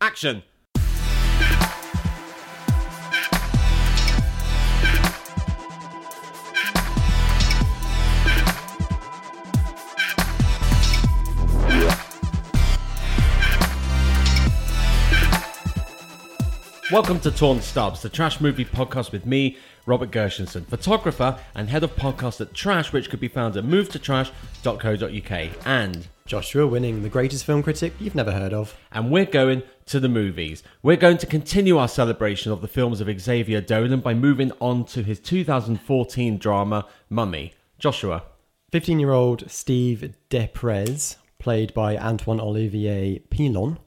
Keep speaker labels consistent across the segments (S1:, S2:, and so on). S1: Action! Welcome to Torn Stubs, the trash movie podcast with me, Robert Gershenson, photographer and head of podcast at Trash, which could be found at movetotrash.co.uk. And
S2: Joshua winning the greatest film critic you've never heard of.
S1: and we're going to the movies. We're going to continue our celebration of the films of Xavier Dolan by moving on to his 2014 drama Mummy. Joshua,
S2: 15 year old Steve Desprez, played by Antoine Olivier Pilon,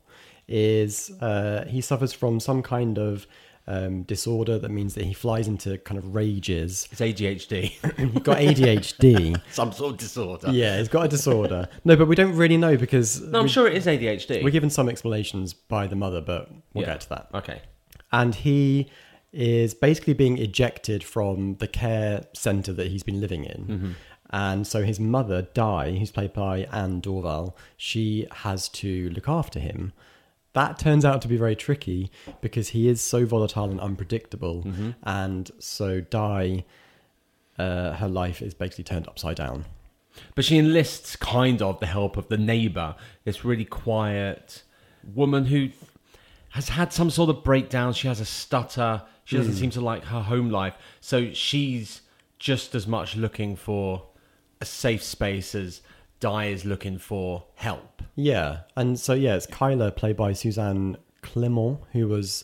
S2: is uh, he suffers from some kind of um, disorder that means that he flies into kind of rages.
S1: it's ADHD,
S2: He's got ADHD.
S1: some sort of disorder.
S2: yeah, he's got a disorder. No, but we don't really know because
S1: No, I'm sure it is ADHD.
S2: we're given some explanations by the mother, but we'll
S1: Yeah.
S2: get to that.
S1: Okay.
S2: and he is basically being ejected from the care center that he's been living in. And so his mother, Di, who's played by Anne Dorval, she has to look after him. That turns out to be very tricky because he is so volatile and unpredictable. And so Di, uh, her life is basically turned upside down.
S1: But she enlists kind of the help of the neighbor, this really quiet woman who has had some sort of breakdown. She has a stutter. She doesn't seem to like her home life. So she's just as much looking for a safe space as Di is looking for help.
S2: Yeah, and so yeah, it's Kyla played by Suzanne Clement, who was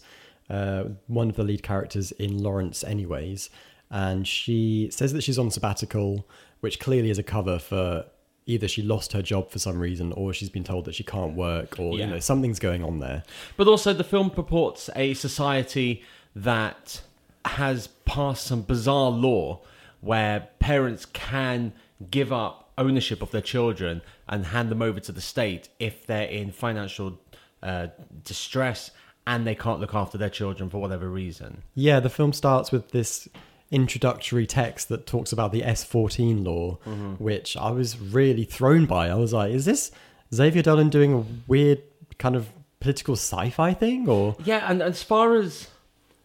S2: uh, one of the lead characters in Lawrence, anyways, and she says that she's on sabbatical, which clearly is a cover for either she lost her job for some reason, or she's been told that she can't work, or
S1: Yeah.
S2: you know something's going on there.
S1: But also, the film purports a society that has passed some bizarre law where parents can give up ownership of their children and hand them over to the state if they're in financial uh, distress and they can't look after their children for whatever reason.
S2: Yeah, the film starts with this introductory text that talks about the S14 law, which I was really thrown by. I was like, is this Xavier Dolan doing a weird kind of political sci-fi thing or
S1: Yeah, and as far as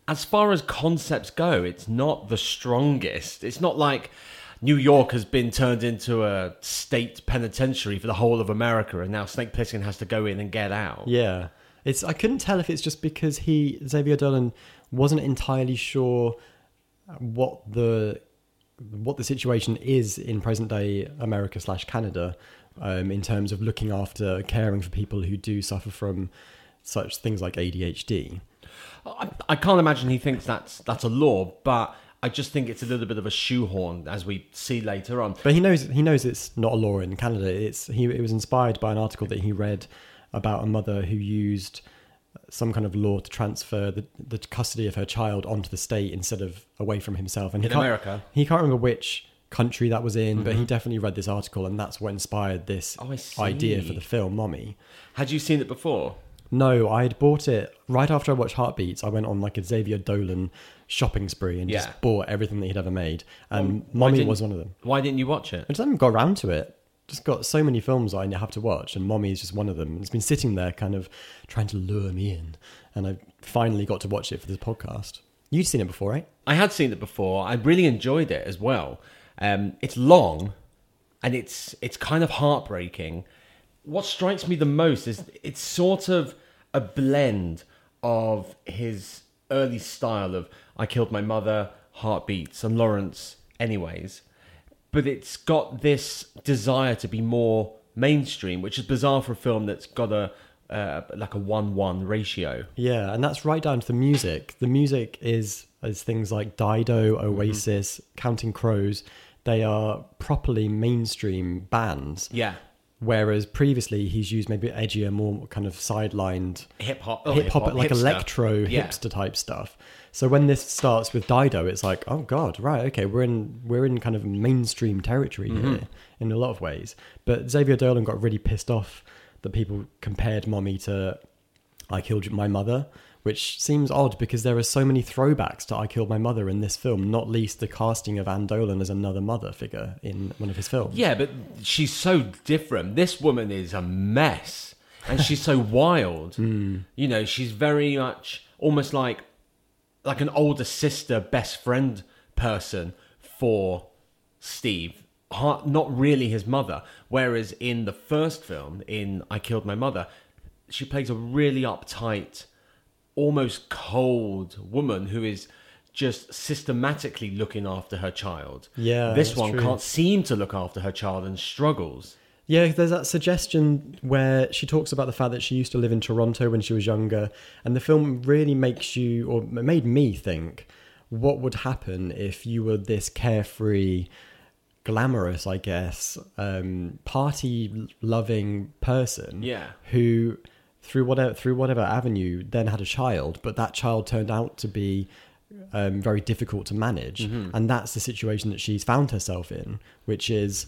S1: as far as concepts go, it's not the strongest. It's not like New York has been turned into a state penitentiary for the whole of America, and now Snake Plissken has to go in and get out.
S2: Yeah, it's. I couldn't tell if it's just because he Xavier Dolan wasn't entirely sure what the what the situation is in present day America slash Canada um, in terms of looking after caring for people who do suffer from such things like ADHD.
S1: I, I can't imagine he thinks that's that's a law, but I just think it's a little bit of a shoehorn, as we see later on.
S2: But he knows he knows it's not a law in Canada. It's he it was inspired by an article that he read about a mother who used some kind of law to transfer the, the custody of her child onto the state instead of away from himself. And he
S1: In
S2: can't-
S1: America? Mm-hmm.
S2: he can't remember which country that was in, but he definitely read this article, and that's what inspired this
S1: Oh, I see.
S2: idea for the film Mommy.
S1: Had you seen it before?
S2: No, I had bought it right after I watched Heartbeats. I went on like a Xavier Dolan shopping spree and
S1: Yeah.
S2: just bought everything that he'd ever made, and
S1: why
S2: Mommy
S1: didn't-
S2: was one of them.
S1: Why didn't you watch it?
S2: I just haven't got around to it. Just got so many films I have to watch, and Mommy is just one of them. It's been sitting there, kind of trying to lure me in, and I finally got to watch it for this podcast. You've seen it before, right?
S1: I had seen it before. I really enjoyed it as well. Um, it's long, and it's it's kind of heartbreaking. What strikes me the most is it's sort of a blend of his early style of "I killed my mother," "Heartbeats," and Lawrence, anyways. But it's got this desire to be more mainstream, which is bizarre for a film that's got a uh, like a one-one ratio.
S2: Yeah, and that's right down to the music. The music is is things like Dido, Oasis, Counting Crows. They are properly mainstream bands.
S1: Yeah,
S2: Whereas previously he's used maybe edgier, more kind of sidelined
S1: hip hop,
S2: hip hop, Oh, like
S1: Oh, hipster.
S2: electro
S1: Yeah.
S2: hipster type stuff. So when this starts with Dido, it's like, oh god, right, okay, we're in we're in kind of mainstream territory
S1: Mm-hmm.
S2: here in a lot of ways. But Xavier Dolan got really pissed off that people compared Mommy to I Killed My Mother, which seems odd because there are so many throwbacks to I Killed My Mother in this film, not least the casting of Anne Dolan as another mother figure in one of his films.
S1: Yeah, but she's so different. This woman is a mess. and she's so wild. You know, she's very much almost like like an older sister, best friend person for Steve. Har- Not really his mother. Whereas in the first film, in I Killed My Mother, she plays a really uptight, almost cold woman who is just systematically looking after her child.
S2: Yeah,
S1: This
S2: that's
S1: one
S2: true.
S1: can't seem to look after her child and struggles.
S2: Yeah, there's that suggestion where she talks about the fact that she used to live in Toronto when she was younger, and the film really makes you, or made me think, what would happen if you were this carefree, glamorous, I guess, um, party-loving person,
S1: Yeah.
S2: who through whatever through whatever avenue then had a child, but that child turned out to be um, very difficult to manage,
S1: Mm-hmm.
S2: and that's the situation that she's found herself in, which is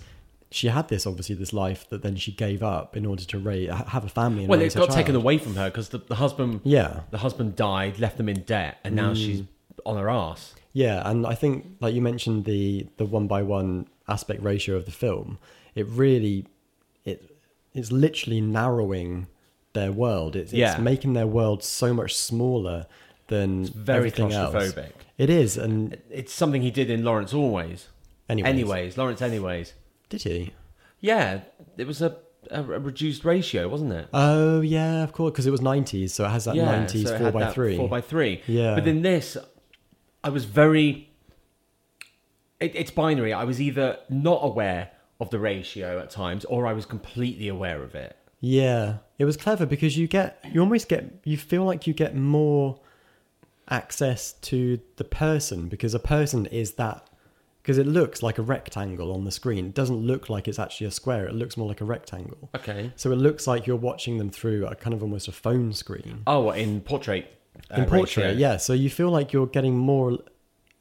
S2: she had this obviously this life that then she gave up in order to raise ha- have a family. And
S1: Well, it
S2: raise her
S1: got
S2: child.
S1: taken away from her because the, the husband,
S2: Yeah, Mm.
S1: the husband died, left them in debt, and now she's on her ass.
S2: yeah, and I think like you mentioned the the one by one aspect ratio of the film, it really it it's literally narrowing their world. It's,
S1: Yeah.
S2: it's making their world so much smaller than
S1: very
S2: everything else.
S1: claustrophobic.
S2: It is, and
S1: It's something he did in Lawrence Always.
S2: Anyways.
S1: anyways Lawrence Anyways.
S2: did he?
S1: Yeah, it was a, a, a reduced ratio, wasn't it?
S2: Oh yeah, of course, because it was nineties, so it has that nineties
S1: so it
S2: four
S1: had
S2: by
S1: that
S2: three.
S1: Four by three.
S2: Yeah.
S1: But in this, I was very. It, it's binary. I was either not aware of the ratio at times, or I was completely aware of it.
S2: Yeah, it was clever because you get you almost get you feel like you get more access to the person because a person is that because it looks like a rectangle on the screen. It doesn't look like it's actually a square. It looks more like a rectangle.
S1: Okay.
S2: So it looks like you're watching them through a kind of almost a phone screen.
S1: Oh, what, in portrait. uh,
S2: In portrait,
S1: ratio?
S2: yeah. So you feel like you're getting more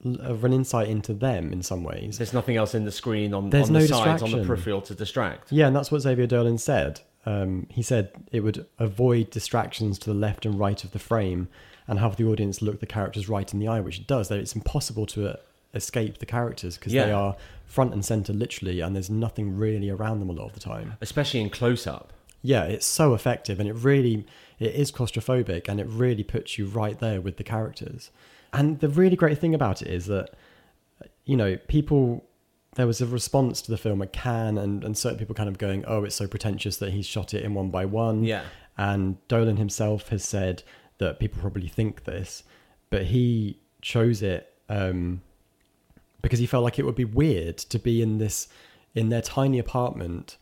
S2: l- of an insight into them in some ways.
S1: There's nothing else in the screen on,
S2: There's
S1: on the
S2: no
S1: sides, on the
S2: distraction.
S1: peripheral to distract.
S2: Yeah, and that's what Xavier Dolan said. Um, he said it would avoid distractions to the left and right of the frame and have the audience look the characters right in the eye, which it does. Though It's impossible to uh, escape the characters because they
S1: Yeah.
S2: are front and center literally, and there's nothing really around them a lot of the time.
S1: Especially in close up.
S2: Yeah, it's so effective, and it really it is claustrophobic, and it really puts you right there with the characters. And the really great thing about it is that you know people there was a response to the film at Cannes, and, and certain people kind of going, "Oh, it's so pretentious that he's shot it in one by one."
S1: Yeah.
S2: And Dolan himself has said that people probably think this, but he chose it um, because he felt like it would be weird to be in this in their tiny apartment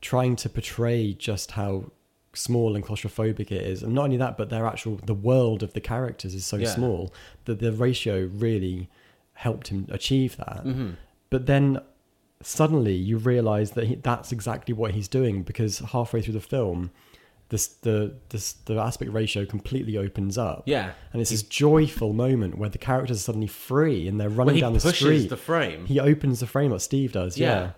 S2: trying to portray just how small and claustrophobic it is and not only that but their actual the world of the characters is so
S1: Yeah.
S2: small that the ratio really helped him achieve that
S1: Mm-hmm.
S2: but then suddenly you realize that he, that's exactly what he's doing because halfway through the film this the this the aspect ratio completely opens up
S1: Yeah.
S2: and it's this joyful moment where the characters are suddenly free and they're running
S1: Well, he
S2: down the
S1: pushes
S2: street.
S1: the frame.
S2: He opens the frame up, Steve does, yeah.
S1: Yeah.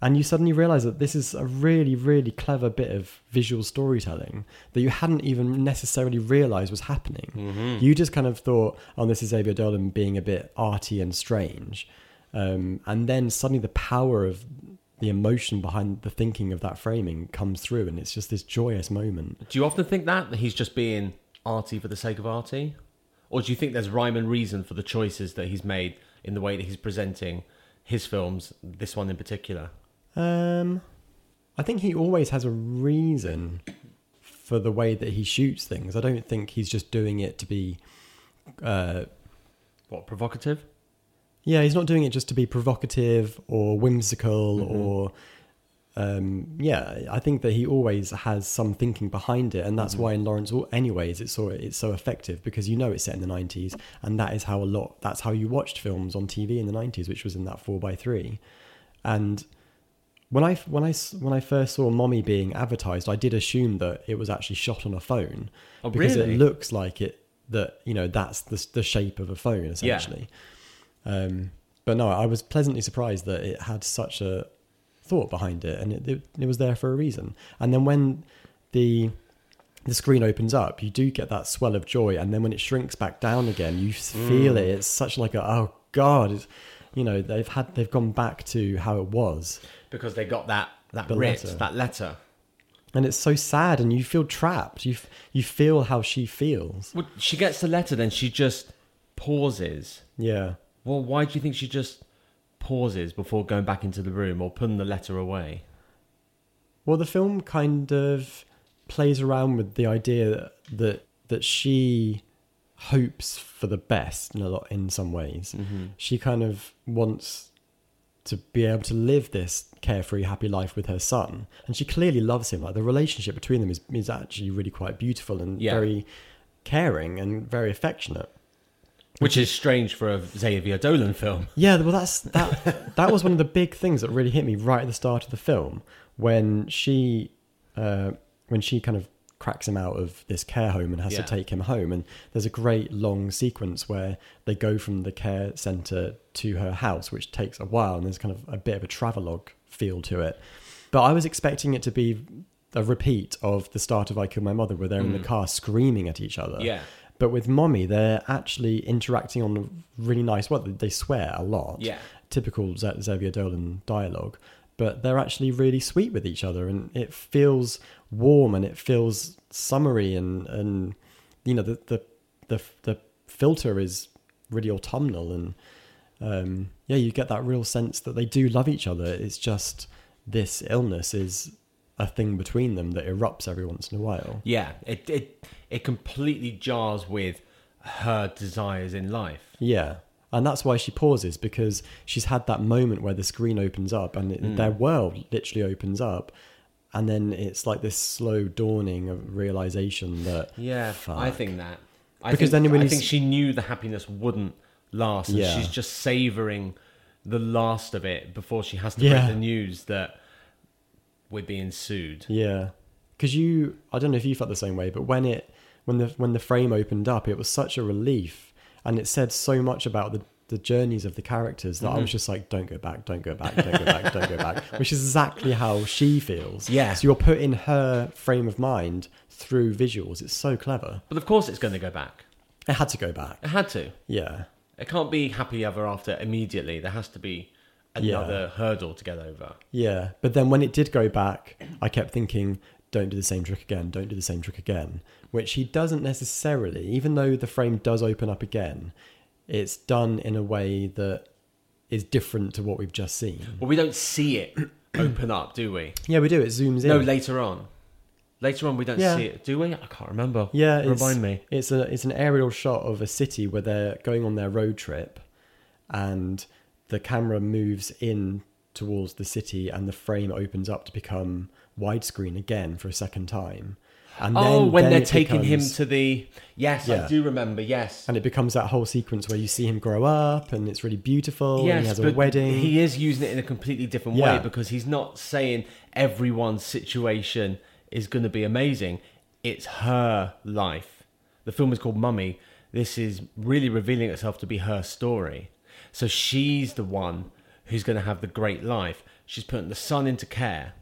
S2: And you suddenly realize that this is a really, really clever bit of visual storytelling that you hadn't even necessarily realized was happening. You just kind of thought, oh, this is Xavier Dolan being a bit arty and strange. Um, and then suddenly the power of the emotion behind the thinking of that framing comes through, and it's just this joyous moment.
S1: Do you often think that, that he's just being arty for the sake of arty? Or do you think there's rhyme and reason for the choices that he's made in the way that he's presenting his films, this one in particular?
S2: Um, I think he always has a reason for the way that he shoots things. I don't think he's just doing it to be. Uh,
S1: What, provocative?
S2: yeah, he's not doing it just to be provocative or whimsical or. Um, yeah, I think that he always has some thinking behind it, and that's why in Lawrence, Al- anyways, it's so it's so effective because you know it's set in the '90s, and that is how a lot that's how you watched films on TV in the '90s, which was in that four x three, and when I when I s- when I first saw Mommy being advertised, I did assume that it was actually shot on a phone
S1: Oh,
S2: because
S1: really?
S2: it looks like it that you know that's the s- the shape of a phone essentially. Um, but no, I was pleasantly surprised that it had such a thought behind it, and it, it it was there for a reason. And then when the the screen opens up, you do get that swell of joy, and then when it shrinks back down again, you s-
S1: Mm.
S2: feel it. It's such like a oh god, it's, you know they've had they've gone back to how it was.
S1: Because they got that, that
S2: The
S1: writ,
S2: letter.
S1: that letter
S2: and it's so sad, and you feel trapped. You f- you feel how she feels.
S1: Well, she gets the letter, then she just pauses.
S2: Yeah,
S1: Well, why do you think she just pauses before going back into the room or putting the letter away?
S2: Well, the film kind of plays around with the idea that that she hopes for the best in a lot in some ways. She kind of wants to be able to live this carefree, happy life with her son, and she clearly loves him. Like the relationship between them is is actually really quite beautiful and
S1: Yeah.
S2: very caring and very affectionate.
S1: Which is strange for a Xavier Dolan film.
S2: Yeah, well, that's that. that was one of the big things that really hit me right at the start of the film when she, uh, when she kind of cracks him out of this care home and has
S1: Yeah.
S2: to take him home. And there's a great long sequence where they go from the care center to her house, which takes a while, and there's kind of a bit of a travelogue feel to it. But I was expecting it to be a repeat of the start of I Killed My Mother, where they're in the car screaming at each other.
S1: Yeah.
S2: But with Mommy, they're actually interacting on a really nice Well, They swear a lot.
S1: Yeah.
S2: Typical Z- Xavier Dolan dialogue. But they're actually really sweet with each other and it feels warm and it feels summery and, and you know, the, the, the, the filter is really autumnal and um, yeah, you get that real sense that they do love each other. It's just this illness is a thing between them that erupts every once in a while.
S1: Yeah, it it it completely jars with her desires in life.
S2: Yeah. And that's why she pauses because she's had that moment where the screen opens up and it, their
S1: Mm.
S2: world literally opens up. And then it's like this slow dawning of realization that.
S1: Yeah,
S2: fuck.
S1: I think that. I
S2: Because
S1: think,
S2: then when
S1: I
S2: you
S1: think
S2: s-
S1: she knew the happiness wouldn't last, and
S2: Yeah.
S1: she's just savoring the last of it before she has to
S2: Yeah.
S1: break the news that we're being sued.
S2: Yeah, because you, I don't know if you felt the same way, but when it, when the when the frame opened up, it was such a relief, and it said so much about the the journeys of the characters that I was just like, don't go back, don't go back, don't go back, don't go back, which is exactly how she feels.
S1: Yeah.
S2: So you're put in her frame of mind through visuals. It's so clever.
S1: But of course, it's going to go back.
S2: It had to go back.
S1: It had to.
S2: Yeah.
S1: It can't be happy ever after immediately. There has to be
S2: Yeah.
S1: another hurdle to get over.
S2: Yeah, but then when it did go back, I kept thinking, don't do the same trick again, don't do the same trick again, which he doesn't necessarily, even though the frame does open up again, it's done in a way that is different to what we've just seen.
S1: But we don't see it open up, do we?
S2: Yeah, we do, it zooms in.
S1: No, later on. Later on, we don't
S2: Yeah.
S1: see it, do we? I can't remember.
S2: yeah, it's-
S1: remind me.
S2: It's a it's an aerial shot of a city where they're going on their road trip and the camera moves in towards the city and the frame opens up to become widescreen again for a second time. And
S1: oh, when
S2: then
S1: they're
S2: it
S1: taking
S2: becomes-
S1: him to the yes, I
S2: Yeah.
S1: do remember. Yes,
S2: and it becomes that whole sequence where you see him grow up and it's really beautiful
S1: yes,
S2: and he has a
S1: but
S2: wedding
S1: He is using it in a completely different way
S2: Yeah.
S1: because he's not saying everyone's situation is going to be amazing. It's her life. The film is called Mummy. This is really revealing itself to be her story. So she's the one who's going to have the great life. She's putting the son into care,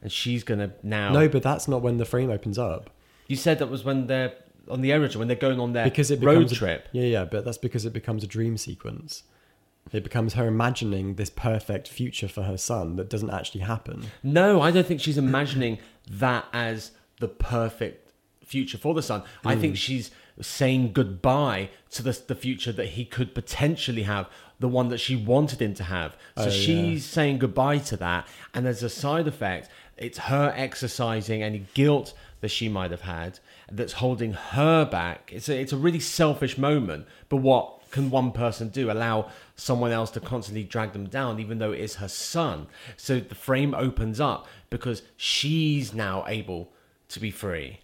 S1: and she's going to now.
S2: no but that's not when the frame opens up
S1: You said that was when they're on the aerodrome when they're going on their
S2: because it
S1: road
S2: becomes a-
S1: trip.
S2: yeah yeah but that's because it becomes a dream sequence it becomes her imagining this perfect future for her son that doesn't actually happen
S1: No, I don't think she's imagining that as the perfect future for the son. I think she's saying goodbye to the, the future that he could potentially have, the one that she wanted him to have. So
S2: Oh,
S1: she's saying goodbye to that. And as a side effect, it's her exercising any guilt that she might have had that's holding her back. It's a, it's a really selfish moment. But what can one person do? Allow someone else to constantly drag them down, even though it is her son. So the frame opens up because she's now able to be free.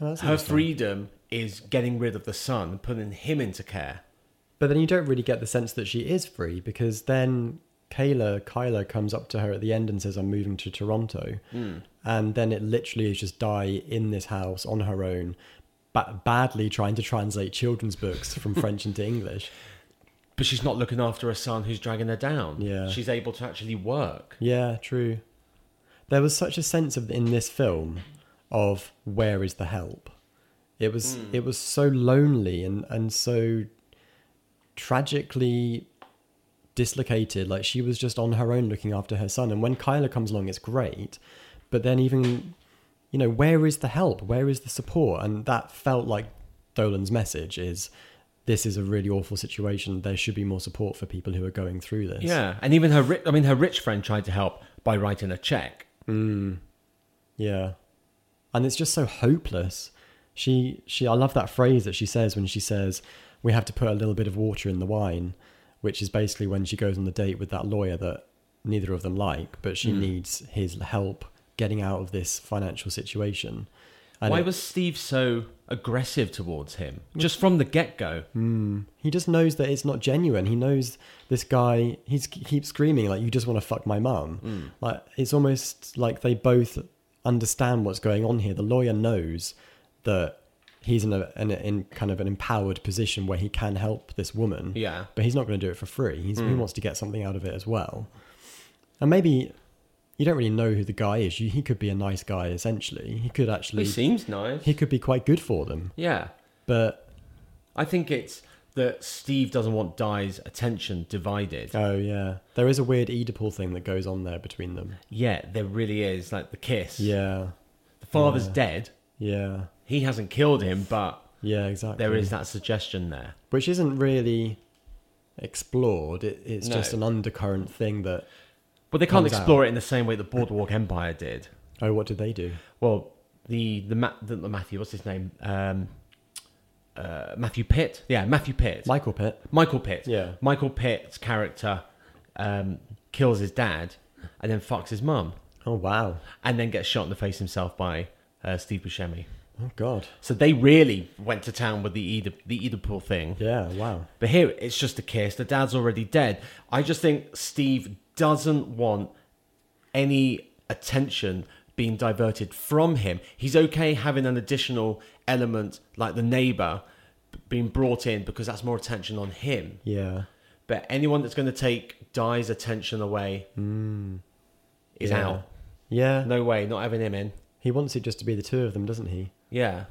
S2: Oh, that's
S1: Her freedom is getting rid of the son and putting him into care.
S2: But then you don't really get the sense that she is free because then Kayla, Kyla comes up to her at the end and says, I'm moving to Toronto.
S1: Hmm.
S2: And then it literally is just die in this house on her own, ba- badly trying to translate children's books from French into English.
S1: But she's not looking after a son who's dragging her down.
S2: Yeah.
S1: She's able to actually work.
S2: Yeah, true. There was such a sense of in this film of where is the help. It was it was so lonely and and so tragically dislocated. Like she was just on her own looking after her son. And when Kyla comes along, it's great. But then even you know, where is the help? Where is the support? And that felt like Dolan's message is this is a really awful situation. There should be more support for people who are going through this.
S1: Yeah, and even her, ri- I mean, her rich friend tried to help by writing a check.
S2: Yeah. And it's just so hopeless. She she I love that phrase that she says when she says we have to put a little bit of water in the wine, which is basically when she goes on the date with that lawyer that neither of them like, but she needs his help getting out of this financial situation. And
S1: Why
S2: it- Mm.
S1: was Steve so aggressive towards him just from the get go?
S2: he just knows that it's not genuine. He knows this guy. He's he keeps screaming like, "You just want to fuck my mum." Like it's almost like they both understand what's going on here. The lawyer knows that he's in a in, a, in kind of an empowered position where he can help this woman.
S1: Yeah.
S2: but he's not going to do it for free. He's, He wants to get something out of it as well. And maybe you don't really know who the guy is. You, he could be a nice guy. Essentially, he could
S1: He
S2: actually
S1: seems nice.
S2: he could be quite good for them.
S1: Yeah,
S2: But
S1: I think it's that Steve doesn't want Di's attention divided.
S2: Oh yeah, there is a weird Oedipal thing that goes on there between them.
S1: Yeah, there really is like the kiss.
S2: Yeah,
S1: the father's dead.
S2: yeah,
S1: He hasn't killed him, but
S2: yeah, exactly.
S1: there is that suggestion there.
S2: which isn't really explored. It, it's
S1: No.
S2: just an undercurrent thing that.
S1: But they can't
S2: Comes out.
S1: explore it in the same way that Boardwalk Empire did.
S2: Oh, what did they do?
S1: Well, the the, Ma- the, the Matthew, what's his name? Um, uh, Matthew Pitt. Yeah, Matthew Pitt.
S2: Michael Pitt.
S1: Michael Pitt.
S2: Yeah.
S1: Michael Pitt's character um, kills his dad and then fucks his mum
S2: Oh wow.
S1: and then gets shot in the face himself by uh, Steve Buscemi.
S2: Oh god.
S1: So they really went to town with the Oedip- the Oedipal thing.
S2: Yeah. Wow.
S1: But here it's just a kiss. The dad's already dead. I just think Steve doesn't want any attention being diverted from him. He's okay having an additional element like the neighbor b- being brought in because that's more attention on him.
S2: Yeah.
S1: But anyone that's going to take Di's attention away Hmm. is
S2: yeah.
S1: out.
S2: Yeah.
S1: No way, not having him in.
S2: He wants it just to be the two of them, doesn't he?
S1: Yeah.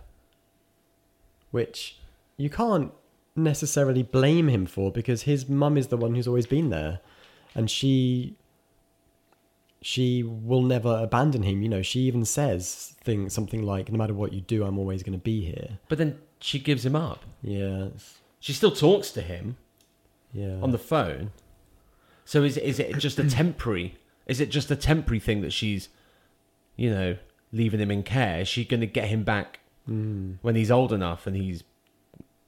S2: Which you can't necessarily blame him for because his mum is the one who's always been there and she she will never abandon him you know she even says thing something like no matter what you do i'm always going to be here
S1: But then she gives him up.
S2: yeah it's-
S1: She still talks to him
S2: yeah
S1: on the phone. So is is it just a temporary? Is it just a temporary thing that she's, you know, leaving him in care? Is she going to get him back
S2: Hmm.
S1: when he's old enough and he's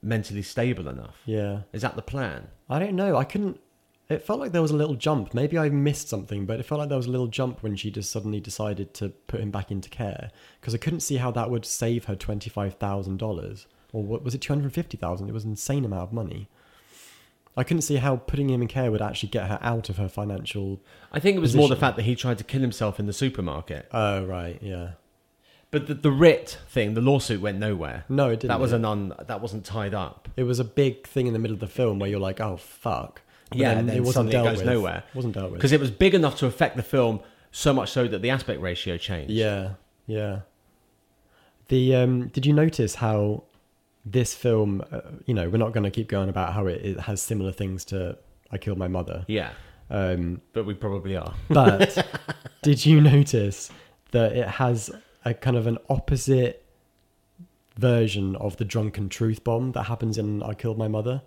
S1: mentally stable enough?
S2: yeah
S1: Is that the plan?
S2: i don't know i couldn't it felt like there was a little jump maybe i missed something but it felt like there was a little jump when she just suddenly decided to put him back into care because i couldn't see how that would save her $25000 or what was it 250000 it was an insane amount of money i couldn't see how putting him in care would actually get her out of her financial
S1: I think it was more the
S2: Position.
S1: fact that he tried to kill himself in the supermarket.
S2: oh right yeah
S1: But the, the writ thing, the lawsuit went nowhere.
S2: no it didn't
S1: that was an un, that wasn't tied up.
S2: it was a big thing in the middle of the film where you're like oh fuck But
S1: Yeah, and then suddenly it goes
S2: with.
S1: nowhere.
S2: wasn't dealt with
S1: because it was big enough to affect the film so much so that the aspect ratio changed.
S2: Yeah, yeah. The um, did you notice how this film? Uh, you know, we're not going to keep going about how it, it has similar things to "I Killed My Mother,"
S1: yeah,
S2: um,
S1: but we probably are.
S2: but did you notice that it has a kind of an opposite version of the drunken truth bomb that happens in "I Killed My Mother,"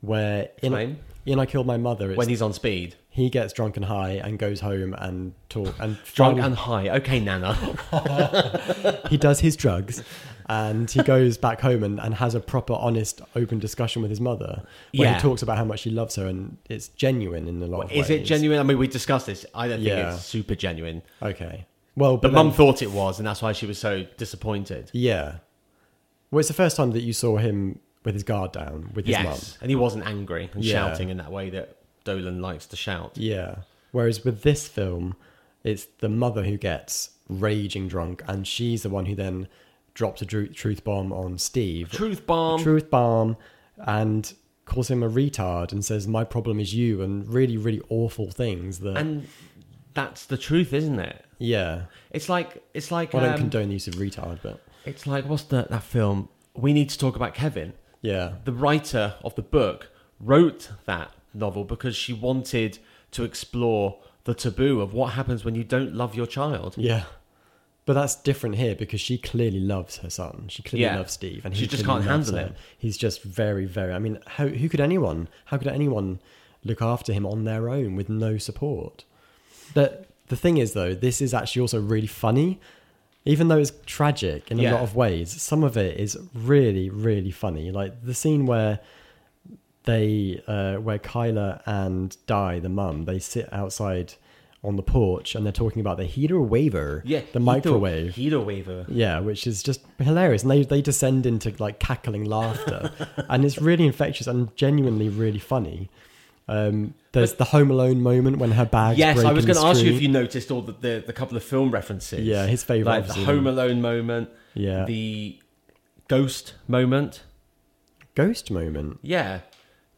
S2: where in,
S1: Explain.
S2: in "I Killed My Mother," it's,
S1: when he's on speed,
S2: he gets drunk and high and goes home and talk and
S1: drunk
S2: finally-
S1: and high. Okay, Nana.
S2: he does his drugs and he goes back home and, and has a proper honest open discussion with his mother where
S1: Yeah.
S2: he talks about how much he loves her and it's genuine in a lot of
S1: Is
S2: ways.
S1: it genuine? I mean, we discussed this. I don't think
S2: Yeah.
S1: it's super genuine.
S2: okay well
S1: The
S2: but
S1: mum
S2: then-
S1: thought it was, and that's why she was so disappointed.
S2: yeah well it's the first time that you saw him with his guard down with his mum
S1: Yes, and he wasn't angry and
S2: Yeah.
S1: shouting in that way that Dolan likes to shout.
S2: yeah whereas with this film it's the mother who gets raging drunk and she's the one who then drops a dru- truth bomb on steve
S1: Truth bomb.
S2: truth bomb and calls him a retard and says my problem is you and really really awful things that
S1: and that's the truth, isn't it?
S2: yeah
S1: It's like it's like
S2: i don't
S1: um,
S2: condone the use of retard but
S1: it's like what's the, that film? We need to talk about Kevin.
S2: yeah
S1: the writer of the book wrote that novel because she wanted to explore the taboo of what happens when you don't love your child.
S2: yeah But that's different here because she clearly loves her son. She clearly
S1: Yeah.
S2: loves Steve, and
S1: She
S2: he
S1: just
S2: clearly
S1: can't
S2: loves
S1: handle
S2: her.
S1: him.
S2: He's just very, very. I mean, how, who could anyone? How could anyone look after him on their own with no support? The the thing is, though, this is actually also really funny, even though it's tragic in a
S1: Yeah.
S2: lot of ways. Some of it is really, really funny. Like the scene where they uh, where Kyla and Di, the mum, they sit outside on the porch and they're talking about the heater waiver,
S1: Yeah,
S2: the
S1: Hito-
S2: microwave.
S1: Hito waiver.
S2: Yeah, which is just hilarious. And they, they descend into like cackling laughter. and it's really infectious and genuinely really funny. Um, there's the Home Alone moment when her bag's
S1: Yes, I
S2: breaking
S1: was going
S2: the
S1: to ask you if
S2: screen.
S1: you noticed all the, the, the couple of film references.
S2: Yeah, his favourite,
S1: Like the
S2: obviously.
S1: Home Alone moment.
S2: Yeah.
S1: The ghost moment.
S2: Ghost moment.
S1: Yeah.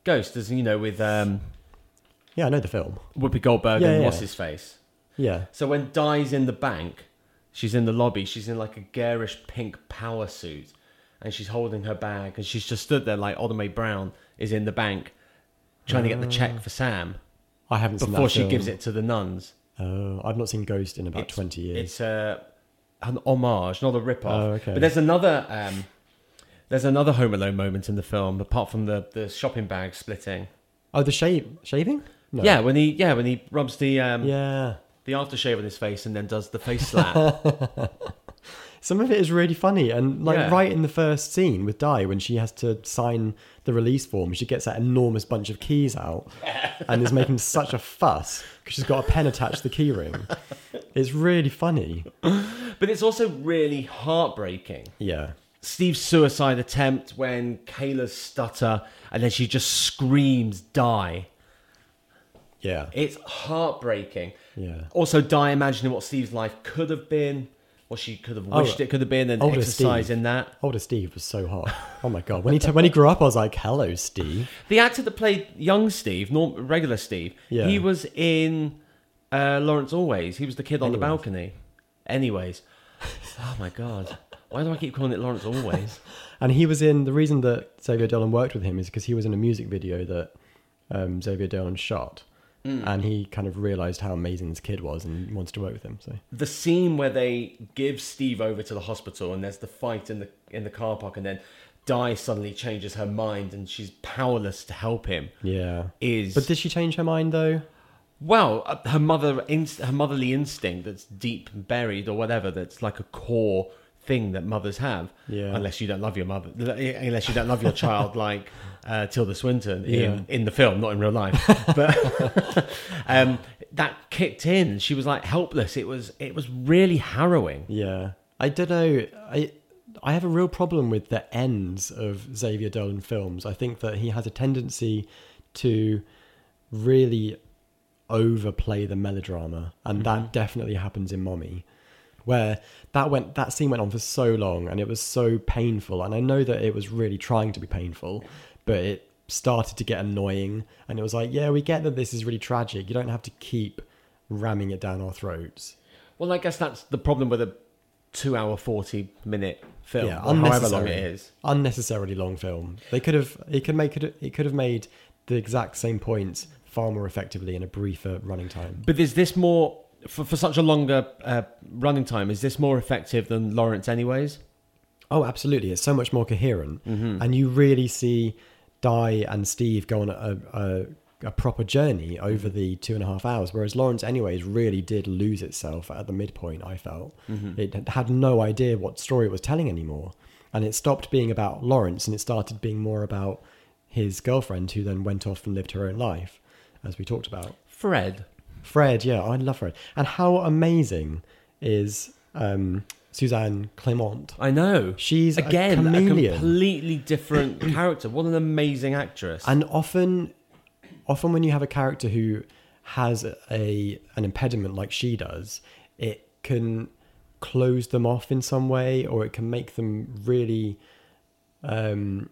S1: Ghost, as you know, with um,
S2: Yeah, I know the film.
S1: Whoopi Goldberg
S2: Yeah,
S1: and
S2: yeah.
S1: what's his face.
S2: Yeah.
S1: So when Di's in the bank, she's in the lobby. She's in like a garish pink power suit, and she's holding her bag, and she's just stood there like Odomay Brown is in the bank, trying to get the check for Sam
S2: I haven't seen that
S1: before she
S2: film.
S1: gives it to the nuns.
S2: Oh, I've not seen Ghost in about
S1: It's-
S2: 20 years.
S1: It's a an homage, not a rip-off.
S2: Oh, okay.
S1: But there's another um, there's another Home Alone moment in the film, apart from the the shopping bag splitting.
S2: Oh, the shave shaving? No.
S1: Yeah, when he yeah when he rubs the um,
S2: Yeah.
S1: the aftershave on his face and then does the face slap.
S2: Some of it is really funny, and like
S1: Yeah.
S2: right in the first scene with Di, when she has to sign the release form, she gets that enormous bunch of keys out and is making such a fuss because she's got a pen attached to the key ring. It's really funny.
S1: but it's also really heartbreaking.
S2: Yeah,
S1: Steve's suicide attempt when Kayla's stutter and then she just screams die.
S2: yeah,
S1: It's heartbreaking.
S2: yeah.
S1: Also, die imagining what Steve's life could have been, what she could have
S2: Oh,
S1: wished it could have been, and
S2: older
S1: exercise
S2: Steve.
S1: in that.
S2: Older Steve was so hot. Oh my god! When he t- when he grew up, I was like, "Hello, Steve."
S1: The actor that played young Steve, norm- regular Steve,
S2: Yeah.
S1: he was in uh, Lawrence Always. He was the kid on the
S2: Anyways.
S1: balcony. Anyways, oh my god, why do I keep calling it Lawrence Always?
S2: And he was in the reason that Xavier Dolan worked with him is because he was in a music video that um, Xavier Dolan shot, and he kind of realized how amazing this kid was and wanted to work with him. So.
S1: the scene where they give Steve over to the hospital and there's the fight in the in the car park and then Di suddenly changes her mind and she's powerless to help him
S2: Yeah.
S1: is
S2: But did she change her mind though?
S1: well uh, her mother inst- her motherly instinct that's deep buried or whatever that's like a core thing that mothers have
S2: Yeah.
S1: unless you don't love your mother unless you don't love your child like uh, Tilda Swinton
S2: Yeah.
S1: in, in the film not in real life but um, that kicked in she was like helpless it was it was really harrowing
S2: Yeah. I don't know. I I have a real problem with the ends of Xavier Dolan films. I think that he has a tendency to really overplay the melodrama, and that definitely happens in Mommy, where that went that scene went on for so long, and it was so painful. And I know that it was really trying to be painful, but it started to get annoying, and it was like, yeah, we get that this is really tragic. You don't have to keep ramming it down our throats.
S1: Well, I guess that's the problem with a two-hour, forty-minute film,
S2: yeah,
S1: or however long
S2: unnecessary-
S1: it is.
S2: Unnecessarily long film. They could have it could make it it could have made the exact same points far more effectively in a briefer running time.
S1: But is this more for, for such a longer uh, running time? Is this more effective than Lawrence, anyways?
S2: Oh, absolutely. It's so much more coherent. And you really see Di and Steve go on a, a, a proper journey over the two and a half hours. Whereas Lawrence, anyways, really did lose itself at the midpoint, I felt. It had- had no idea what story it was telling anymore. And it stopped being about Lawrence and it started being more about his girlfriend, who then went off and lived her own life, as we talked about.
S1: Fred.
S2: Fred, yeah, I love Fred. And how amazing is um, Suzanne Clement?
S1: I know.
S2: She's a
S1: again a,
S2: chameleon.
S1: completely different character. What an amazing actress!
S2: And often, often when you have a character who has a an impediment like she does, it can close them off in some way, or it can make them really um,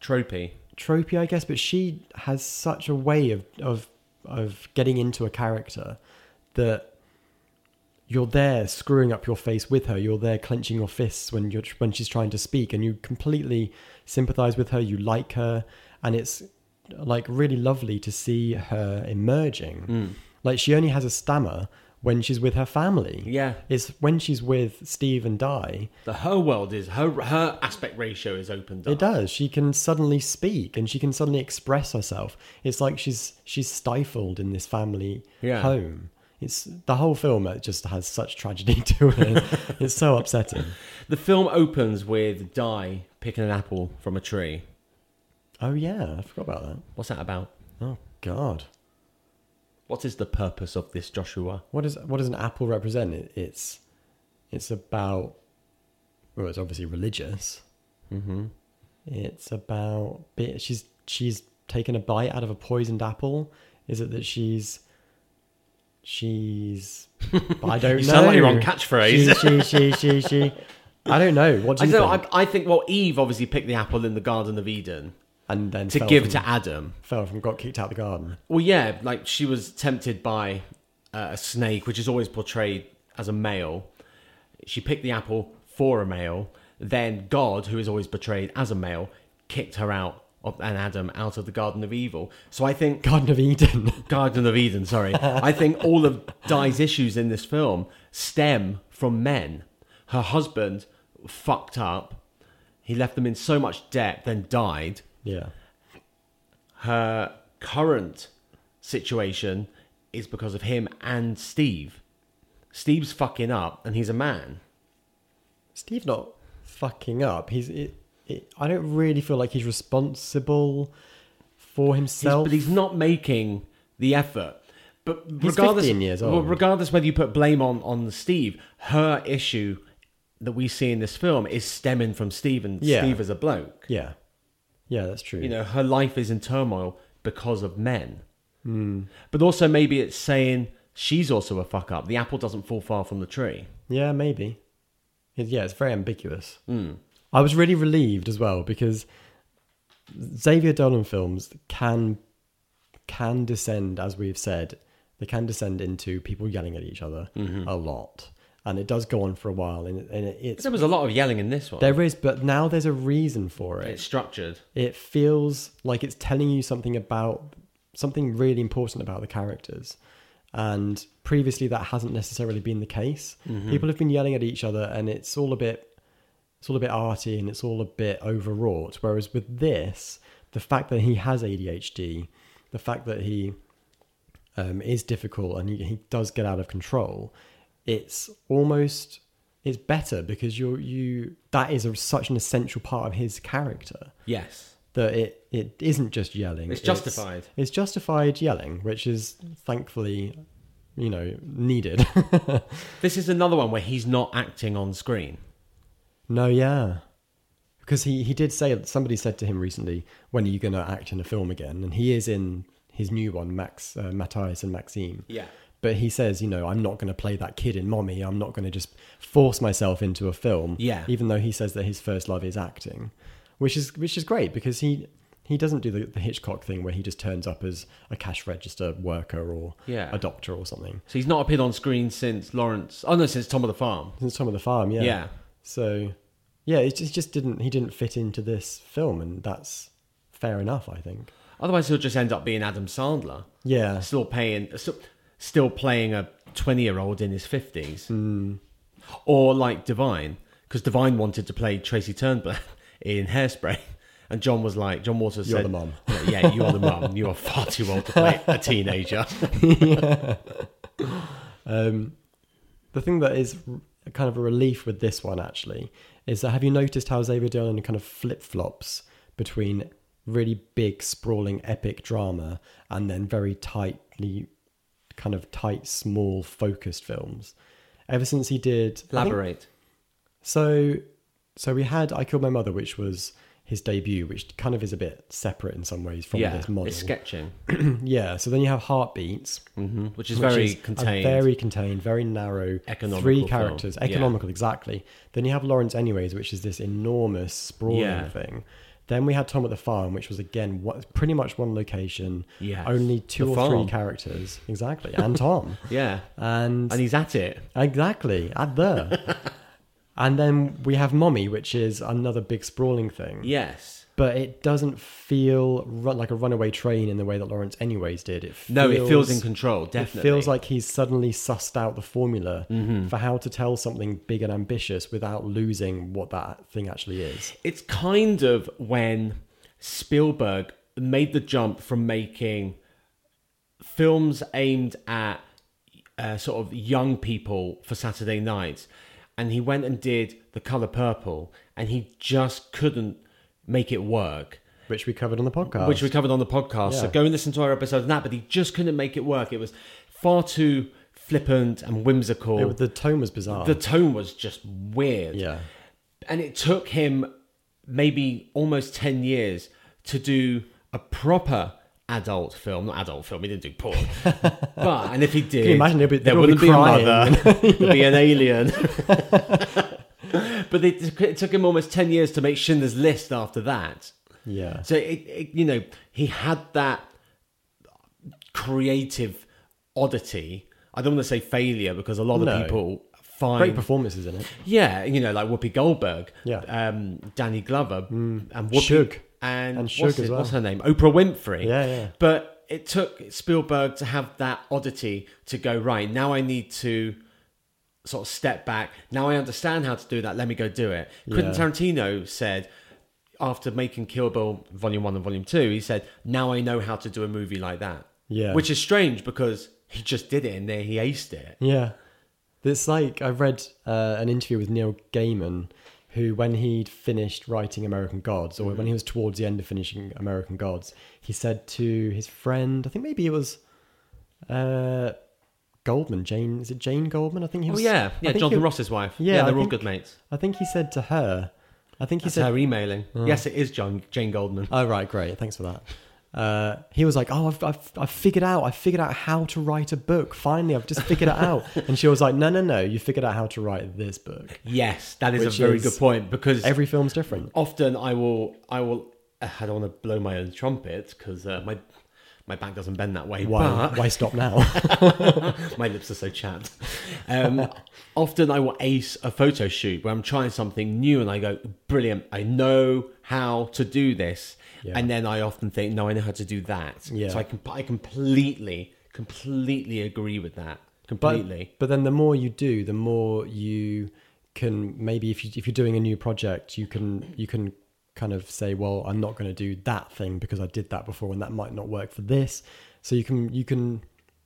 S1: Tropey.
S2: tropey, I guess. But she has such a way of of of getting into a character that you're there screwing up your face with her. You're there clenching your fists when you're when she's trying to speak, and you completely sympathize with her. You like her, and it's like really lovely to see her emerging. Like she only has a stammer when she's with her family.
S1: Yeah.
S2: It's when she's with Steve and Di.
S1: The her world is her her aspect ratio is opened
S2: It
S1: up.
S2: does. She can suddenly speak and she can suddenly express herself. It's like she's she's stifled in this family
S1: Yeah.
S2: home. It's the whole film it just has such tragedy to it. it's so upsetting.
S1: The film opens with Di picking an apple from a tree.
S2: Oh yeah, I forgot about that.
S1: What's that about?
S2: Oh god.
S1: What is the purpose of this, Joshua?
S2: What is what does an apple represent? It, it's it's about well, it's obviously religious. Mm-hmm. It's about be- she's she's taken a bite out of a poisoned apple. Is it that she's she's I don't know.
S1: You sound like you're on catchphrase.
S2: She she she she, she. I don't know. What do
S1: I
S2: you
S1: don't know.
S2: think?
S1: I, I think well, Eve obviously picked the apple in the Garden of Eden
S2: and then
S1: to
S2: fell
S1: give
S2: from,
S1: to Adam.
S2: fell from got kicked out of the garden.
S1: Well, yeah, like she was tempted by uh, a snake, which is always portrayed as a male. She picked the apple for a male. Then God, who is always portrayed as a male, kicked her out of, and Adam out of the Garden of Evil. So I think
S2: Garden of Eden.
S1: Garden of Eden, sorry. I think all of Di's issues in this film stem from men. Her husband fucked up. He left them in so much debt, then died.
S2: yeah.
S1: Her current situation is because of him and Steve. Steve's fucking up and he's a man.
S2: Steve not fucking up. He's. It, it, I don't really feel like he's responsible for
S1: He's-
S2: himself.
S1: but he's not making the effort. But
S2: He's
S1: regardless,
S2: 15 years
S1: Well,
S2: old.
S1: regardless whether you put blame on on Steve, her issue that we see in this film is stemming from Steve and
S2: Yeah.
S1: Steve as a bloke.
S2: yeah, yeah, that's true.
S1: You know, her life is in turmoil because of men.
S2: Hmm.
S1: But also maybe it's saying she's also a fuck up. The apple doesn't fall far from the tree.
S2: Yeah, maybe. It- yeah, it's very ambiguous.
S1: Hmm.
S2: I was really relieved as well because Xavier Dolan films can can descend, as we've said, they can descend into people yelling at each other
S1: Mm-hmm.
S2: a lot, and it does go on for a while, and, and it's
S1: There was a lot of yelling in this one.
S2: there is, but now there's a reason for it.
S1: it's structured.
S2: it feels like it's telling you something about something really important about the characters and previously that hasn't necessarily been the case people have been yelling at each other and it's all a bit it's all a bit arty and it's all a bit overwrought whereas with this the fact that he has adhd the fact that he um, is difficult and he, he does get out of control, it's almost it's better because you're you that is a, such an essential part of his character
S1: Yes.
S2: that it it isn't just yelling.
S1: It's justified.
S2: It's, justified yelling, which is thankfully, you know, needed.
S1: This is another one where he's not acting on screen.
S2: no, yeah. Because he, he did say somebody said to him recently, "When are you going to act in a film again?" And he is in his new one, Max uh, Matthias and Maxime.
S1: Yeah.
S2: But he says, you know, I'm not going to play that kid in Mommy. I'm not going to just force myself into a film.
S1: Yeah.
S2: Even though he says that his first love is acting, which is which is great because he he doesn't do the, the Hitchcock thing where he just turns up as a cash register worker or
S1: Yeah.
S2: a doctor or something.
S1: So he's not appeared on screen since Lawrence. Oh no, since Tom of the Farm.
S2: Since Tom of the Farm, yeah.
S1: Yeah.
S2: So, yeah, it just, it just didn't he didn't fit into this film, and that's fair enough, I think.
S1: Otherwise, he'll just end up being Adam Sandler,
S2: Yeah.
S1: still paying, still- still playing a twenty-year-old in his fifties, or like Divine, because Divine wanted to play Tracy Turnbull in Hairspray, and John was like, John Waters
S2: You're
S1: said,
S2: the mum.
S1: yeah, you are the mum. You are far too old to play a teenager."
S2: The thing that is r- kind of a relief with this one actually is that have you noticed how Xavier Dolan kind of flip flops between really big, sprawling, epic drama and then very tightly, kind of tight, small, focused films? Ever since he did I think-
S1: Elaborate.
S2: so, so we had I Killed My Mother, which was his debut, which kind of is a bit separate in some ways from
S1: Yeah,
S2: this model.
S1: it's sketching,
S2: yeah. So then you have Heartbeats,
S1: hmm which is
S2: Mm-hmm. which
S1: very
S2: is a
S1: contained.
S2: very contained, very narrow.
S1: Economical
S2: three
S1: film.
S2: characters,
S1: Yeah.
S2: economical exactly. Then you have Lawrence, anyways, which is this enormous sprawling
S1: Yeah.
S2: thing. Then we had Tom at the farm, which was again what, pretty much one location,
S1: Yes.
S2: only two
S1: The
S2: or
S1: farm.
S2: three characters exactly, and Tom,
S1: yeah,
S2: and
S1: and he's at it.
S2: Exactly, at there. and then we have Mommy, which is another big sprawling thing.
S1: Yes.
S2: but it doesn't feel ru- like a runaway train in the way that Lawrence anyways did. It
S1: No, it feels in control, definitely. Mm-hmm.
S2: It feels like he's suddenly sussed out the formula for how to tell something big and ambitious without losing what that thing actually is.
S1: It's kind of when Spielberg made the jump from making films aimed at uh, sort of young people for Saturday nights, and he went and did The Color Purple, and he just couldn't make it work.
S2: Which we covered on the podcast.
S1: Which we covered on the podcast. So
S2: Yeah.
S1: go and listen to our episode on that. But he just couldn't make it work. It was far too flippant and whimsical.
S2: It- the tone was bizarre.
S1: the tone was just weird.
S2: yeah.
S1: And it took him maybe almost 10 years to do a proper adult film. Not adult film, he didn't do porn. but, and if he did,
S2: you imagine? There'd be-
S1: there
S2: there'd all be
S1: wouldn't be, a
S2: crying.
S1: mother, there'd be an alien. but it took, it took him almost 10 years to make Schindler's List after that.
S2: Yeah.
S1: So, it, it, you know, he had that creative oddity. I don't want to say failure because a lot of
S2: No.
S1: people find
S2: Great performances in it.
S1: yeah, you know, like Whoopi Goldberg,
S2: Yeah. Mm.
S1: um, Danny Glover, and Whoopi,
S2: Suge.
S1: and,
S2: And
S1: what's,
S2: Suge as
S1: it-
S2: well.
S1: what's her name? Oprah Winfrey.
S2: Yeah, yeah.
S1: But it took Spielberg to have that oddity to go right. Now I need to sort of step back. Now I understand how to do that. Let me go do it. Quentin
S2: Yeah.
S1: Tarantino said after making Kill Bill Volume One and Volume Two, he said, "Now I know how to do a movie like that."
S2: Yeah.
S1: which is strange because he just did it and there he aced it.
S2: Yeah. It's like I read uh, an interview with Neil Gaiman, who, when he'd finished writing American Gods, or
S1: Mm-hmm.
S2: when he was towards the end of finishing American Gods, he said to his friend, I think maybe it was uh, Goldman, Jane, is it Jane Goldman? I think he
S1: Oh
S2: was.
S1: yeah,
S2: I
S1: yeah,
S2: think
S1: Jonathan
S2: he-
S1: Ross's wife.
S2: Yeah,
S1: Yeah,
S2: I
S1: they're all
S2: think-
S1: good mates.
S2: I think he said to her, I think he
S1: It's
S2: said,
S1: her emailing. Yes, it is John Jane Goldman.
S2: Oh right, great. Thanks for that. Uh, he was like, "Oh, I've, I've, I've figured out. I figured out how to write a book. Finally, I've just figured it out." And she was like, "No, no, no. You figured out how to write this book.
S1: Yes, that is a
S2: Which
S1: very
S2: is
S1: good point because
S2: Every film's different."
S1: often I will, I will, I don't want to blow my own trumpet because uh, my my back doesn't bend that way.
S2: Why?
S1: But
S2: Why stop now?
S1: my lips are so chapped. Um, often I will ace a photo shoot where I'm trying something new and I go, brilliant, I know how to do this.
S2: Yeah.
S1: And then I often think, no, I know how to do that.
S2: Yeah.
S1: So I, com- I completely, completely agree with that. Completely.
S2: but, but then the more you do, the more you can maybe if you if you're doing a new project, you can you can kind of say, "Well, I'm not going to do that thing because I did that before, and that might not work for this." So you can you can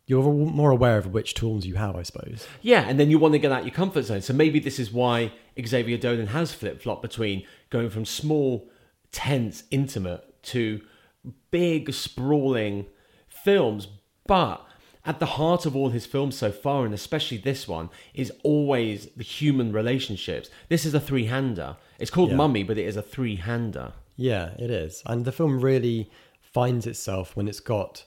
S2: you're more aware of which tools you have, I suppose.
S1: Yeah, and then you want to get out your comfort zone. So maybe this is why Xavier Dolan has flip flop between going from small, tense, intimate to big, sprawling films. But at the heart of all his films so far, and especially this one, is always the human relationships. This is a three hander. It's called
S2: Yeah.
S1: Mummy, but it is a three hander.
S2: Yeah, it is. And the film really finds itself when it's got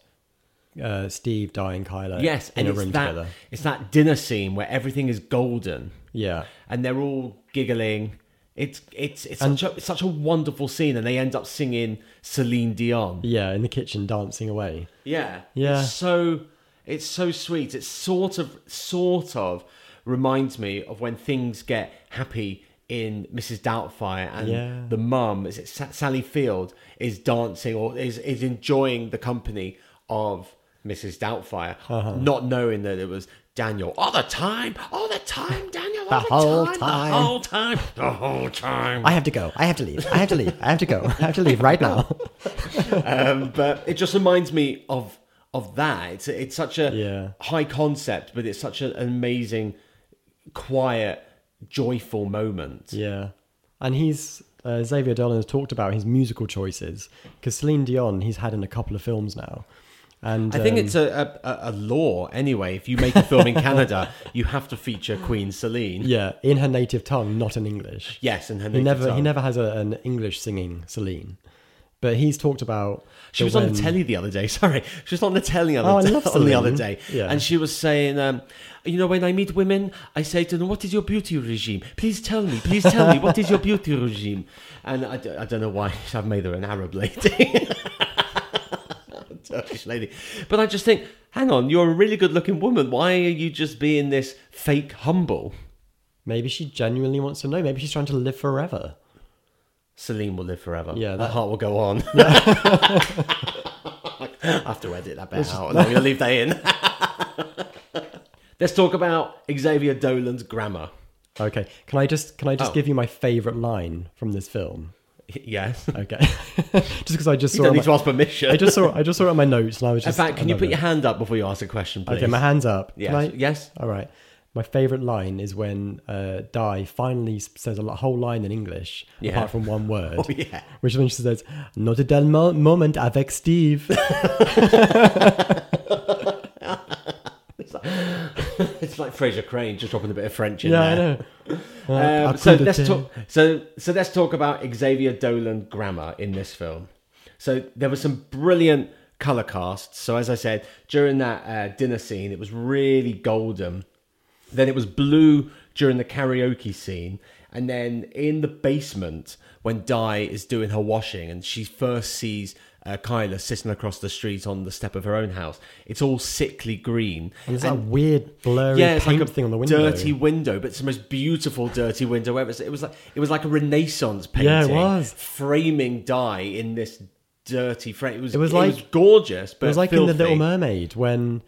S2: uh, Steve, Di, and Kylo
S1: Yes,
S2: in
S1: and
S2: a
S1: it's
S2: room
S1: that,
S2: together.
S1: it's that dinner scene where everything is golden.
S2: Yeah.
S1: and they're all giggling. It's it's it's such a, it's such a wonderful scene, and they end up singing Celine Dion.
S2: Yeah, in the kitchen dancing away.
S1: Yeah,
S2: Yeah.
S1: It's so it's so sweet. It's sort of sort of reminds me of when things get happy in Mrs. Doubtfire, and
S2: Yeah.
S1: the mum is it Sa- Sally Field is dancing or is is enjoying the company of Mrs. Doubtfire,
S2: Uh-huh.
S1: not knowing that it was. Daniel, all the time, all the time, Daniel, all the,
S2: whole
S1: the
S2: time.
S1: whole time, the whole time.
S2: I have to go. I have to leave. I have to leave. I have to go. I have to leave right now.
S1: um, but it just reminds me of of that. It's it's such a
S2: Yeah.
S1: high concept, but it's such an amazing, quiet, joyful moment.
S2: Yeah, and he's uh, Xavier Dolan has talked about his musical choices because Celine Dion he's had in a couple of films now, and
S1: I think
S2: um,
S1: it's a, a, a law anyway. If you make a film in Canada, you have to feature Queen Celine.
S2: yeah in her native tongue, not in English.
S1: Yes, and her
S2: he
S1: native
S2: never he
S1: tongue.
S2: never has a, an English singing Celine, but he's talked about
S1: She
S2: the
S1: was on
S2: when-
S1: the telly the other day. Sorry, she was on the telly the
S2: Oh, I
S1: other
S2: love
S1: on the
S2: Celine.
S1: other day,
S2: Yeah.
S1: and she was saying, um, you know, when I meet women, I say to them, "What is your beauty regime? Please tell me. Please tell me what is your beauty regime." And I, d- I don't know why I've made her an Arab lady, Turkish lady, but I just think, hang on, you're a really good-looking woman. Why are you just being this fake humble?
S2: Maybe she genuinely wants to know. Maybe she's trying to live forever.
S1: Celine will live forever.
S2: Yeah,
S1: that
S2: that-
S1: heart will go on. I have to edit that bit out. and I'm going to leave that in. Let's talk about Xavier Dolan's grammar.
S2: Okay. Can I just can I just
S1: Oh.
S2: give you my favorite line from this film?
S1: Yes.
S2: Okay. just because I just
S1: You
S2: saw it
S1: don't
S2: on
S1: need to
S2: my,
S1: ask permission.
S2: I just saw I just saw it on my notes and I was
S1: In
S2: just
S1: fact, can
S2: I
S1: you
S2: love
S1: put
S2: it.
S1: your hand up before you ask a question, please?
S2: Okay, my hands up.
S1: yes.
S2: Can I,
S1: yes.
S2: All right. My favorite line is when uh, Di finally s- says a lo- whole line in English,
S1: Yeah.
S2: apart from one word,
S1: Oh, yeah.
S2: which is when she says, "Not a dull mo- moment avec Steve."
S1: It's like Fraser Crane just dropping a bit of French in
S2: yeah, I
S1: there.
S2: know. Uh,
S1: Um,
S2: I
S1: so
S2: couldn't
S1: let's
S2: tell.
S1: talk. So so let's talk about Xavier Dolan grammar in this film. So there were some brilliant color casts. So as I said during that uh, dinner scene, it was really golden. Then it was blue during the karaoke scene, and then in the basement when Di is doing her washing and she first sees. Uh, Kyla sitting across the street on the step of her own house. It's all sickly green.
S2: And there's that weird blurry paint thing on the window.
S1: dirty window, but it's the most beautiful dirty window ever. So It was like it was like a Renaissance painting.
S2: Yeah, it was.
S1: framing dye in this dirty frame. It was it
S2: It
S1: was
S2: was
S1: like
S2: like-
S1: gorgeous, but
S2: It was like in
S1: filthy.
S2: the Little Mermaid when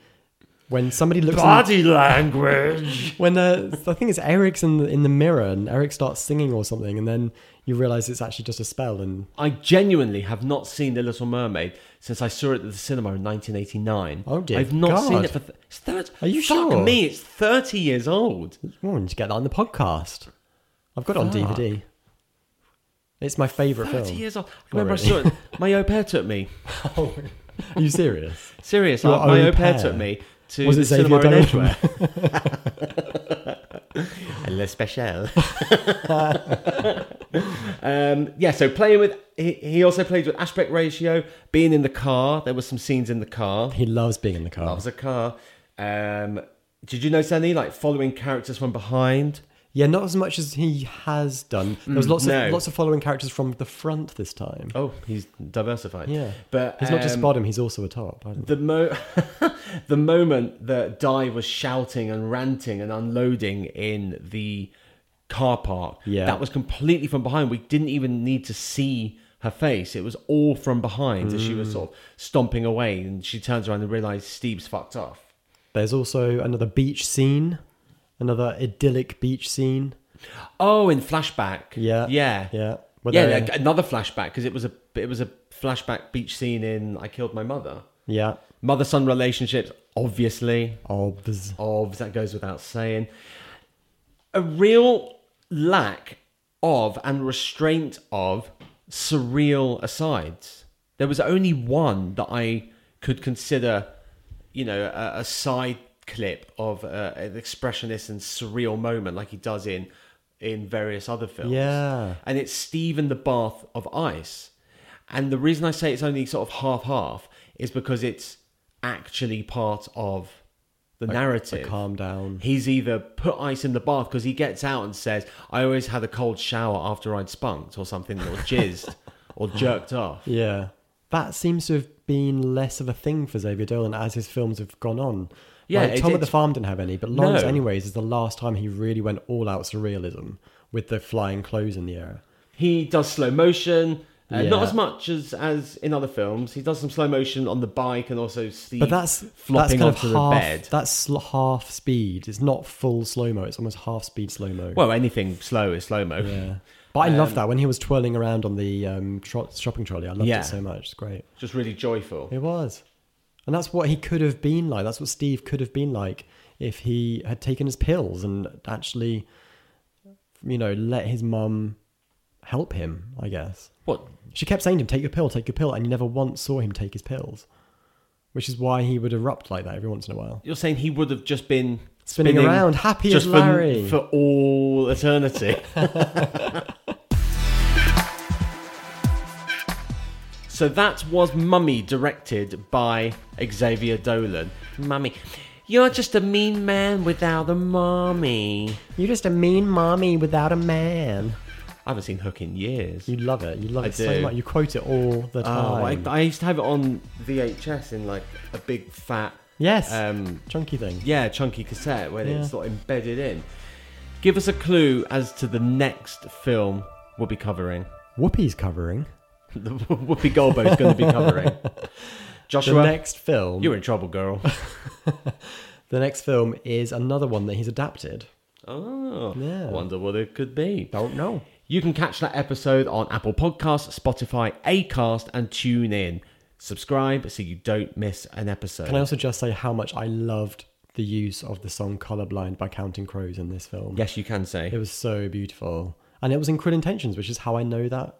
S2: when somebody looks in,
S1: Body language.
S2: when uh, I think it's Eric's in the, in the mirror and Eric starts singing or something, and then you realize it's actually just a spell. And
S1: I genuinely have not seen The Little Mermaid since I saw it at the cinema in 1989.
S2: Oh, dear
S1: I've not seen
S2: God.
S1: it for. Th- it's thir-
S2: Are you
S1: Fuck
S2: sure?
S1: me, it's 30 years old.
S2: oh, and you get that on the podcast. I've got it on
S1: Fuck.
S2: DVD. It's my favorite
S1: 30
S2: film.
S1: years old. I remember I saw
S2: really.
S1: it. My au pair took me.
S2: Are you serious?
S1: Serious.
S2: Your
S1: I- my
S2: au
S1: au pair
S2: pair?
S1: took me to
S2: Was
S1: the
S2: it Xavier
S1: cinema in
S2: Dolan?
S1: Edgware. Le Special. um, yeah, so playing with. He, he also played with aspect ratio, being in the car. There were some scenes in the car.
S2: He loves being in the car.
S1: That was a car. Um, did you know, Sunny, like following characters from behind?
S2: Yeah, not as much as he has done. There was lots
S1: Mm, no.
S2: of lots of following characters from the front this time.
S1: Oh, he's diversified.
S2: Yeah,
S1: But
S2: he's not just
S1: um,
S2: bottom; he's also a top. I don't-
S1: The mo- the moment that Di was shouting and ranting and unloading in the car park,
S2: Yeah.
S1: that was completely from behind. We didn't even need to see her face. It was all from behind as she was sort of stomping away and she turns around and realized Steve's fucked off.
S2: There's also another beach scene, another idyllic beach scene.
S1: Oh, in flashback.
S2: Yeah,
S1: Yeah.
S2: yeah. Where
S1: Yeah,
S2: they're-
S1: like another flashback because it was a it was a flashback beach scene in I killed my mother.
S2: yeah.
S1: Mother son relationships, obviously.
S2: Obs.
S1: of that goes without saying a real lack of and restraint of surreal asides there was only one that i could consider you know a, a side clip of uh, an expressionist and surreal moment like he does in in various other films
S2: Yeah.
S1: and it's Steve in the bath of ice. And the reason I say it's only sort of half half is because it's actually part of the narrative.
S2: Calm down.
S1: He's either put ice in the bath because he gets out and says, "I always had a cold shower after I'd spunked or something, or jizzed, or jerked off."
S2: Yeah. That seems to have been less of a thing for Xavier Dolan as his films have gone on.
S1: Yeah,
S2: Like,
S1: it-
S2: Tom at the
S1: it's-
S2: Farm didn't have any, but Lawrence,
S1: No.
S2: anyways, is the last time he really went all out surrealism with the flying clothes in the air.
S1: He does slow motion, uh,
S2: Yeah.
S1: not as much as as in other films. He does some slow motion on the bike and also Steve
S2: But that's
S1: flopping
S2: that's kind
S1: onto
S2: of
S1: the
S2: half,
S1: bed.
S2: That's sl- half speed. It's not full slow mo. It's almost half speed slow mo.
S1: well, um, anything slow is slow mo.
S2: yeah. But I love that when he was twirling around on the um, tro- shopping trolley. I loved
S1: Yeah.
S2: it so much. It's great.
S1: Just really joyful.
S2: It was. And that's what he could have been like. That's what Steve could have been like if he had taken his pills and actually, you know, let his mum help him, I guess.
S1: What
S2: She kept saying to him, take your pill, take your pill. And you never once saw him take his pills, which is why he would erupt like that every once in a while.
S1: You're saying he would have just been
S2: Spinning around, happy as
S1: for-
S2: Larry.
S1: for, all eternity. so that was Mummy, directed by Xavier Dolan. Mummy, you're just a mean man without a mummy.
S2: You're just a mean mommy without a man.
S1: I haven't seen Hook in years.
S2: You love it. You love
S1: I
S2: it so
S1: do.
S2: much. You quote it all the
S1: Oh, I,
S2: time.
S1: I used to have it on VHS in like a big fat
S2: yes.
S1: um,
S2: Chunky thing.
S1: yeah, chunky cassette when
S2: Yeah.
S1: it's sort of embedded in. Give us a clue as to the next film we'll be covering.
S2: Whoopi's covering.
S1: The Whoopi Goldberg's going to be covering.
S2: The
S1: Joshua,
S2: next film.
S1: you're in trouble, girl.
S2: The next film is another one that he's adapted.
S1: Oh,
S2: Yeah.
S1: wonder what it could be.
S2: Don't know.
S1: You can catch that episode on Apple Podcasts, Spotify, Acast, and tune in. Subscribe so you don't miss an episode.
S2: Can I also just say how much I loved the use of the song Colorblind by Counting Crows in this film?
S1: yes, you can
S2: It
S1: say.
S2: was so beautiful. And it was in Cruel Intentions, which is how I know that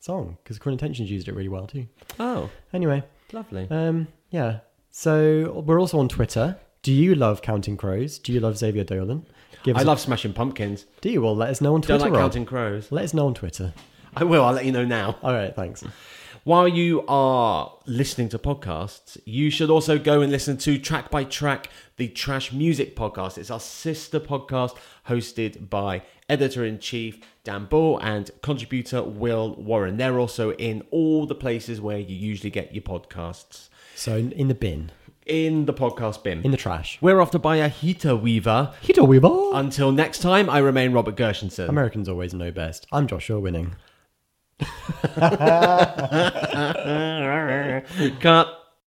S2: song, because Cruel Intentions used it really well too.
S1: Oh,
S2: Anyway,
S1: lovely.
S2: um, yeah. So we're also on Twitter. Do you love Counting Crows? Do you love Xavier Dolan? Give us
S1: I
S2: a-
S1: love Smashing Pumpkins.
S2: Do you? Well, let us know on
S1: Don't
S2: Twitter.
S1: like
S2: Rob.
S1: Counting Crows.
S2: Let us know on Twitter.
S1: I will. I'll let you know now.
S2: All right, thanks.
S1: While you are listening to podcasts, you should also go and listen to Track by Track, the Trash Music Podcast. It's our sister podcast hosted by editor in chief Dan Bull and contributor Will Warren. They're also in all the places where you usually get your podcasts
S2: So in in the bin,
S1: in the podcast bin.
S2: in the trash.
S1: We're off to buy a heater weaver.
S2: Hito Weaver.
S1: Until next time, I remain Robert Gershenson.
S2: Americans always know best. I'm Joshua Winning.
S1: Cut.